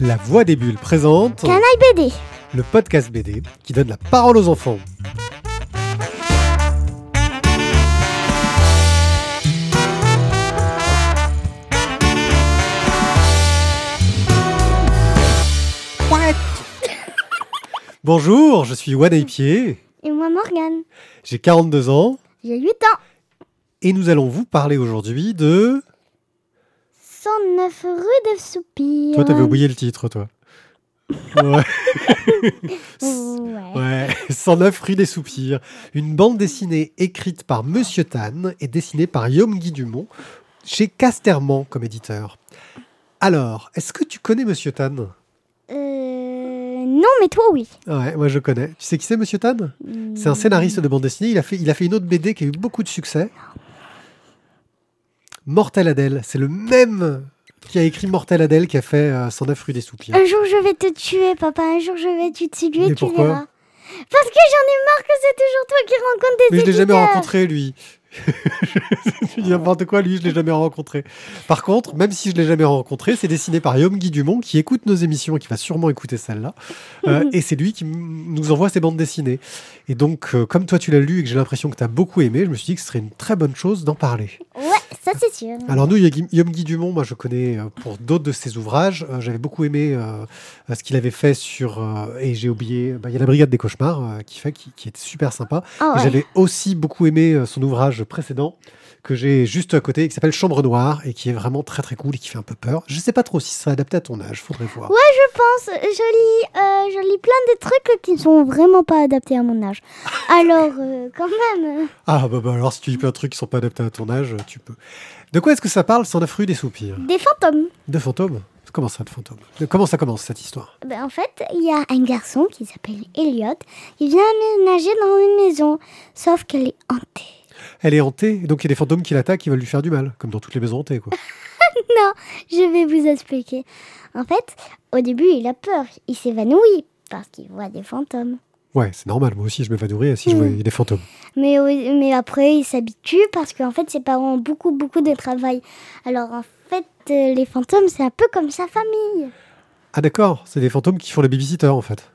La Voix des Bulles présente Canaille BD. le podcast BD qui donne la parole aux enfants. Bonjour, je suis Wan Pied, Et moi, Morgane. j'ai 42 ans J'ai 8 ans. et nous allons vous parler aujourd'hui de... 109 rue des Soupirs. Toi, t'avais oublié le titre, toi. Ouais. Ouais. Ouais, 109 rue des Soupirs, une bande dessinée écrite par Monsieur Tan et dessinée par Guillaume Guy Dumont chez Casterman comme éditeur. Alors, est-ce que tu connais Monsieur Tan Euh, non, mais toi, oui. Ouais, moi je connais. Tu sais qui c'est Monsieur Tan C'est un scénariste de bande dessinée, il a, fait, il a fait une autre BD qui a eu beaucoup de succès. Mortel Adèle, c'est le même qui a écrit Mortel Adèle qui a fait euh, 109 rue des Soupirs. Un jour, je vais te tuer, papa. Un jour, je vais te tuer. Mais tu pourquoi verras. Parce que j'en ai marre que c'est toujours toi qui rencontre des Mais je l'ai jamais éditeurs. rencontré, lui. tu dis n'importe quoi, lui, je l'ai jamais rencontré. Par contre, même si je l'ai jamais rencontré, c'est dessiné par Guillaume Guy Dumont qui écoute nos émissions et qui va sûrement écouter celle-là. Euh, et c'est lui qui m- nous envoie ses bandes dessinées. Et donc, euh, comme toi, tu l'as lu et que j'ai l'impression que tu as beaucoup aimé, je me suis dit que ce serait une très bonne chose d'en parler. Ouais, ça, c'est sûr. Alors nous, il y a Guy- Guillaume Guy Dumont, moi je connais euh, pour d'autres de ses ouvrages. Euh, J'avais beaucoup aimé euh, euh, ce qu'il avait fait sur... euh, et j'ai oublié, bah, il y a la Brigade des Cauchemars euh, qui fait, qui, qui est super sympa. Ah Et ouais. J'avais aussi beaucoup aimé euh, son ouvrage précédent que j'ai juste à côté, qui s'appelle Chambre Noire, et qui est vraiment très très cool et qui fait un peu peur. Je sais pas trop si ça sera adapté à ton âge, faudrait voir. pense, je lis, euh, je lis plein de trucs qui ne sont vraiment pas adaptés à mon âge. Alors, euh, quand même. Ah bah, bah, alors si tu lis plein de trucs qui sont pas adaptés à ton âge, euh, tu peux. De quoi est-ce que ça parle sans la fruit des soupirs euh, Des fantômes. De fantômes Comment ça, de fantômes De- Comment ça commence cette histoire Ben, en fait, il y a un garçon qui s'appelle Elliot qui vient aménager dans une maison, sauf qu'elle est hantée. Elle est hantée, et donc il y a des fantômes qui l'attaquent, qui veulent lui faire du mal, comme dans toutes les maisons hantées quoi. Je vais vous expliquer. En fait, au début, il a peur, il s'évanouit parce qu'il voit des fantômes. Ouais, c'est normal, moi aussi je m'évanouirais si je Mm. voyais des fantômes. Mais, au- mais après, il s'habitue parce qu'en fait, ses parents ont beaucoup, beaucoup de travail. Alors, en fait, euh, les fantômes, c'est un peu comme sa famille. Ah d'accord, c'est des fantômes qui font les babysitters en fait.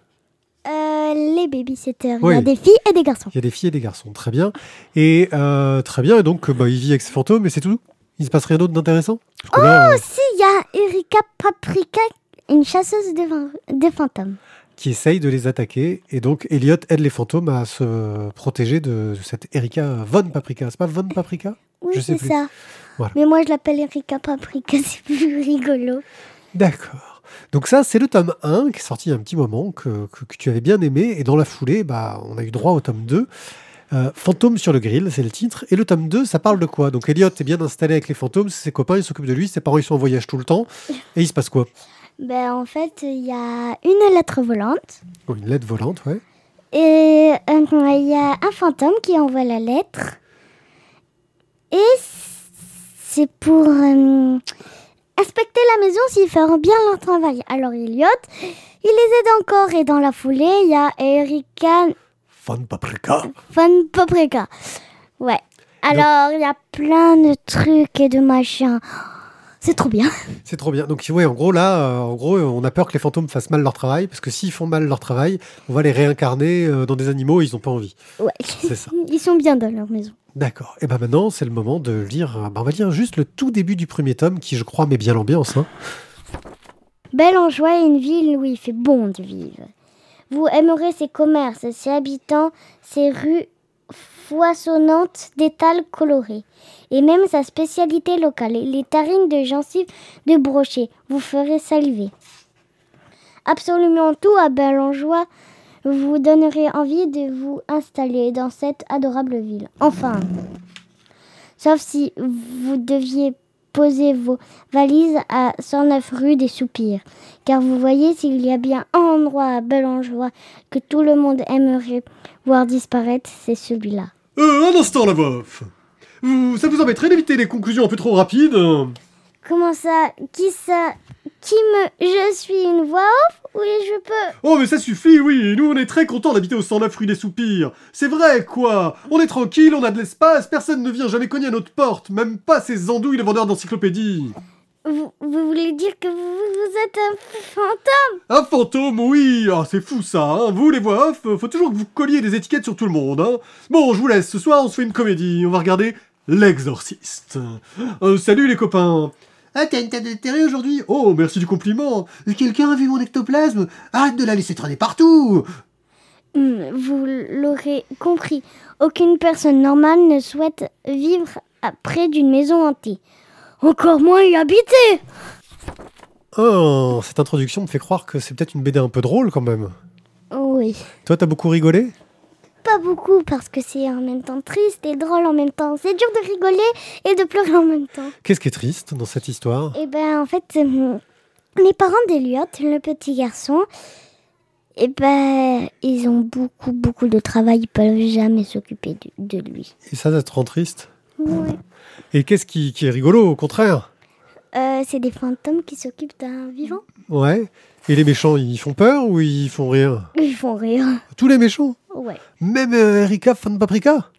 Euh, les babysitters, il y Oui. a des filles et des garçons. Il y a des filles et des garçons, très bien. Et euh, très bien, et donc euh, bah, il vit avec ses fantômes, et c'est tout. Il se passe rien d'autre d'intéressant Parce que là, euh, Aussi, il y a Erika Paprika, une chasseuse de, van- de fantômes. qui essaye de les attaquer, et donc Elliot aide les fantômes à se protéger de cette Erika Von Paprika. C'est pas Von Paprika Oui, Je sais c'est plus. ça. Voilà. Mais moi, je l'appelle Erika Paprika, c'est plus rigolo. D'accord. Donc ça, c'est le tome 1 qui est sorti il y a un petit moment, que, que- que tu avais bien aimé, et dans la foulée, bah, on a eu droit au tome 2. Euh, fantômes sur le grill, c'est le titre. Et le tome 2, ça parle de quoi Donc Elliot est bien installé avec les fantômes, ses copains, ils s'occupent de lui, ses parents, ils sont en voyage tout le temps. Et il se passe quoi Ben, en fait, il y a une lettre volante Oh, Une lettre volante, ouais. et euh, il y a un fantôme qui envoie la lettre. Et c'est pour euh, inspecter la maison s'ils feront bien leur travail. Alors, Elliot, il les aide encore. Et dans la foulée, il y a Erika Von Paprika. Von Paprika. Ouais. Alors, il y a plein de trucs et de machins. C'est trop bien. C'est trop bien. Donc ouais, en gros là, euh, en gros, on a peur que les fantômes fassent mal leur travail parce que s'ils font mal leur travail, on va les réincarner euh, dans des animaux, et ils n'ont pas envie. Ouais. C'est ça. Ils sont bien dans leur maison. D'accord. Et ben maintenant, c'est le moment de lire. euh, bah, on va lire juste le tout début du premier tome qui, je crois, met bien l'ambiance. hein. Belle en joie est une ville où il fait bon de vivre. Vous aimerez ses commerces, ses habitants, ses rues foisonnantes d'étals colorés. Et même sa spécialité locale, les tarines de gencives de brochet, vous ferez saliver. Absolument tout à Belle en joie vous donnerez envie de vous installer dans cette adorable ville. Enfin, sauf si vous deviez poser vos valises à 109 rue des Soupirs. Car vous voyez, s'il y a bien un endroit à Belangeois que tout le monde aimerait voir disparaître, c'est celui-là. Euh, un instant, la voix off. Vous- ça vous embêterait d'éviter les conclusions un peu trop rapides euh Comment ça Qui ça Qui me... Je suis une voix off Oui, je peux... Oh, mais ça suffit, oui. Nous, on est très contents d'habiter au 109 rue des Soupirs. C'est vrai, quoi. On est tranquille, on a de l'espace, personne ne vient jamais cogner à notre porte, même pas ces andouilles les vendeurs d'encyclopédies. Vous, vous vous voulez dire que vous, vous êtes un fantôme Un fantôme, oui Ah, c'est fou ça, hein Vous, les voix off, euh, faut toujours que vous colliez des étiquettes sur tout le monde, hein Bon, je vous laisse, ce soir, on se fait une comédie, on va regarder L'Exorciste. Euh, salut les copains Ah, t'as une tête de terré aujourd'hui Oh, merci du compliment Quelqu'un a vu mon ectoplasme Arrête de la laisser traîner partout Hmm, Vous l'aurez compris, aucune personne normale ne souhaite vivre à- près d'une maison hantée. Encore moins y habiter Oh, cette introduction me fait croire que c'est peut-être une BD un peu drôle, quand même. Oui. Toi, t'as beaucoup rigolé Pas beaucoup parce que c'est en même temps triste et drôle en même temps. C'est dur de rigoler et de pleurer en même temps. Qu'est-ce qui est triste dans cette histoire Et ben en fait, euh, les parents d'Eliot, le petit garçon, et ben ils ont beaucoup beaucoup de travail, ils peuvent jamais s'occuper de, de lui. Et ça, ça te rend triste Et qu'est-ce qui, qui est rigolo, au contraire Euh, c'est des fantômes qui s'occupent d'un vivant. Ouais. Et les méchants, ils font peur ou ils font rire Ils font rire. Tous les méchants Ouais. Même euh, Erika Fan Paprika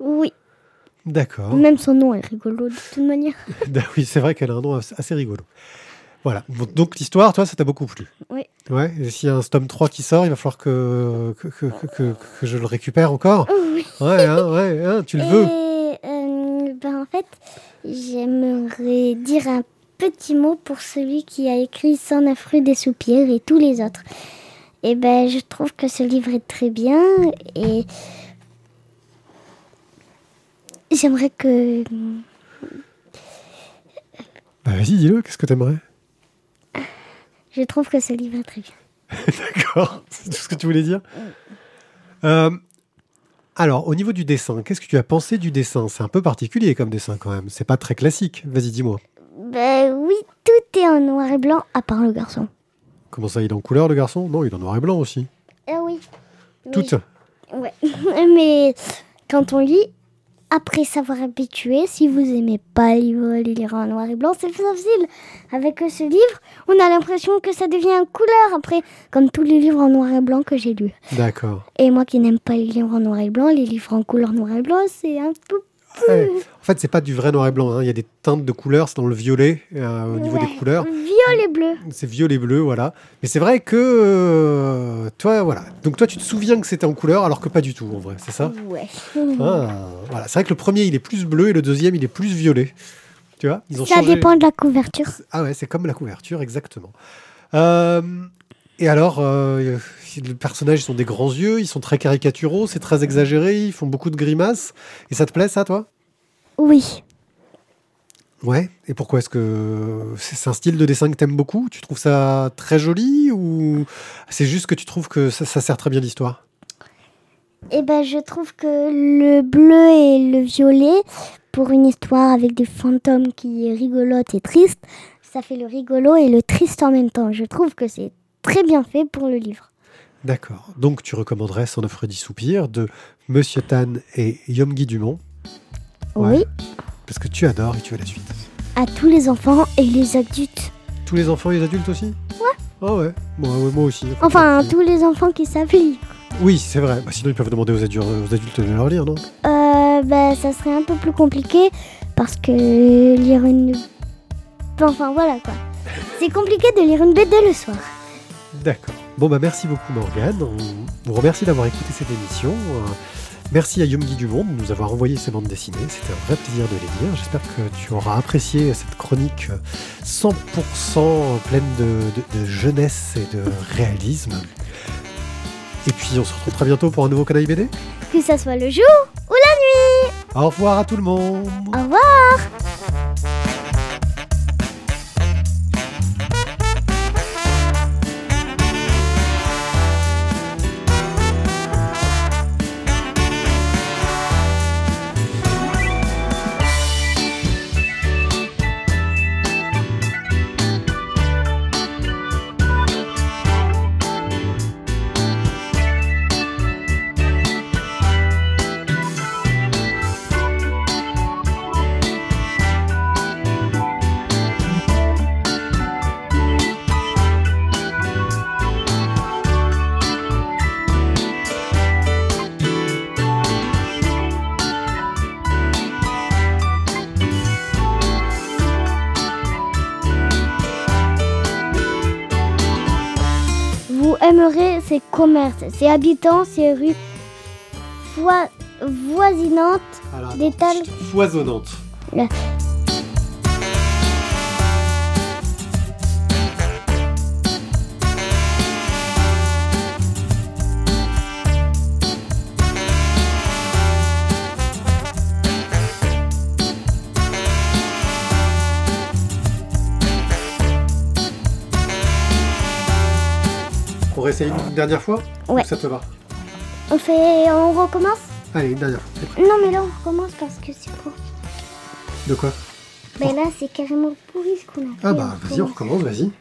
Oui. D'accord. Même son nom est rigolo de toute manière. Bah oui, c'est vrai qu'elle a un nom as- assez rigolo. Voilà. Bon, Donc l'histoire, toi, ça t'a beaucoup plu. Oui. Ouais. Et s'il y a un tome 3 qui sort, il va falloir que, que, que, que- que- que je le récupère encore. Oui. Ouais, hein, ouais, hein, tu le veux. Et euh, ben en fait, j'aimerais dire un petit mot pour celui qui a écrit 109 rue des Soupirs et tous les autres. Et ben je trouve que ce livre est très bien et j'aimerais que Bah vas-y, dis-le, qu'est-ce que t'aimerais je trouve que ce livre est très bien. D'accord, c'est tout ce que tu voulais dire. Euh, alors, au niveau du dessin, qu'est-ce que tu as pensé du dessin C'est un peu particulier comme dessin quand même. C'est pas très classique. Vas-y, dis-moi. Ben oui, tout est en noir et blanc à part le garçon. Comment ça, il est en couleur le garçon Non, il est en noir et blanc aussi. Ah oui. Mais- Tout. euh, Ouais. Mais quand on lit, après s'avoir habitué, si vous aimez pas les les lire en noir et blanc, c'est facile. Avec ce livre, on a l'impression que ça devient une couleur après, comme tous les livres en noir et blanc que j'ai lus. D'accord. Et moi qui n'aime pas les livres en noir et blanc, les livres en couleur noir et blanc, c'est un peu. Ouais. En fait, c'est pas du vrai noir et blanc. hein. Il y a des teintes de couleurs. C'est dans le violet euh, au niveau des Ouais. couleurs. Violet et bleu. C'est violet bleu, voilà. Mais c'est vrai que euh, toi, voilà. Donc toi, tu te souviens que c'était en couleur, alors que pas du tout en vrai. C'est ça Ouais. Ah, Voilà. C'est vrai que le premier, il est plus bleu et le deuxième, il est plus violet. Tu vois Ils ont Ça changé- dépend de la couverture. Ah ouais, c'est comme la couverture, exactement. Euh, et alors, euh, les personnages, ils sont des grands yeux, ils sont très caricaturaux, c'est très exagéré, ils font beaucoup de grimaces. Et ça te plaît, ça, toi Oui. Ouais. Et pourquoi est-ce que c'est c'est un style de dessin que t'aimes beaucoup Tu trouves ça très joli ou c'est juste que tu trouves que ça, ça sert très bien l'histoire Et ben je trouve que le bleu et le violet, pour une histoire avec des fantômes qui est rigolote et triste, ça fait le rigolo et le triste en même temps. Je trouve que c'est très bien fait pour le livre. D'accord. Donc tu recommanderais 109 Rue du Soupir de Monsieur Tan et Yomgi Dumont Ouais. Oui, parce que tu adores et tu veux la suite. à tous les enfants et les adultes. Tous les enfants et les adultes aussi Ouais. Ah ouais. Moi, ouais, moi aussi. Enfin, à tout tous les enfants qui savent lire. Oui, c'est vrai. Bah, sinon, ils peuvent demander aux, adu- aux adultes de leur lire, non Euh, ben, ça serait un peu plus compliqué parce que lire une... Enfin, voilà quoi. C'est compliqué de lire une BD le soir. D'accord. Bon, bah merci beaucoup, Morgane. On vous remercie d'avoir écouté cette émission. Euh, merci à Yomgi Dumont de nous avoir envoyé ces bandes dessinées. C'était un vrai plaisir de les lire. J'espère que tu auras apprécié cette chronique euh, 100% pleine de, de- de jeunesse et de réalisme. Et puis, on se retrouve très bientôt pour un nouveau Canaille BD. Que ça soit le jour. Au revoir à tout le monde Au revoir. aimerait ses commerces, ses habitants, ses rues voi- voisinantes. Alors, Des attends, talles. chut, foisonnantes. On réessaye une dernière fois Ouais. Ou Ça te va On fait, on recommence Allez, une dernière fois. Non, mais là on recommence parce que c'est pour. De quoi Mais là c'est carrément pourri ce qu'on a fait. Ah bah, Ah vas-y, on recommence, vas-y.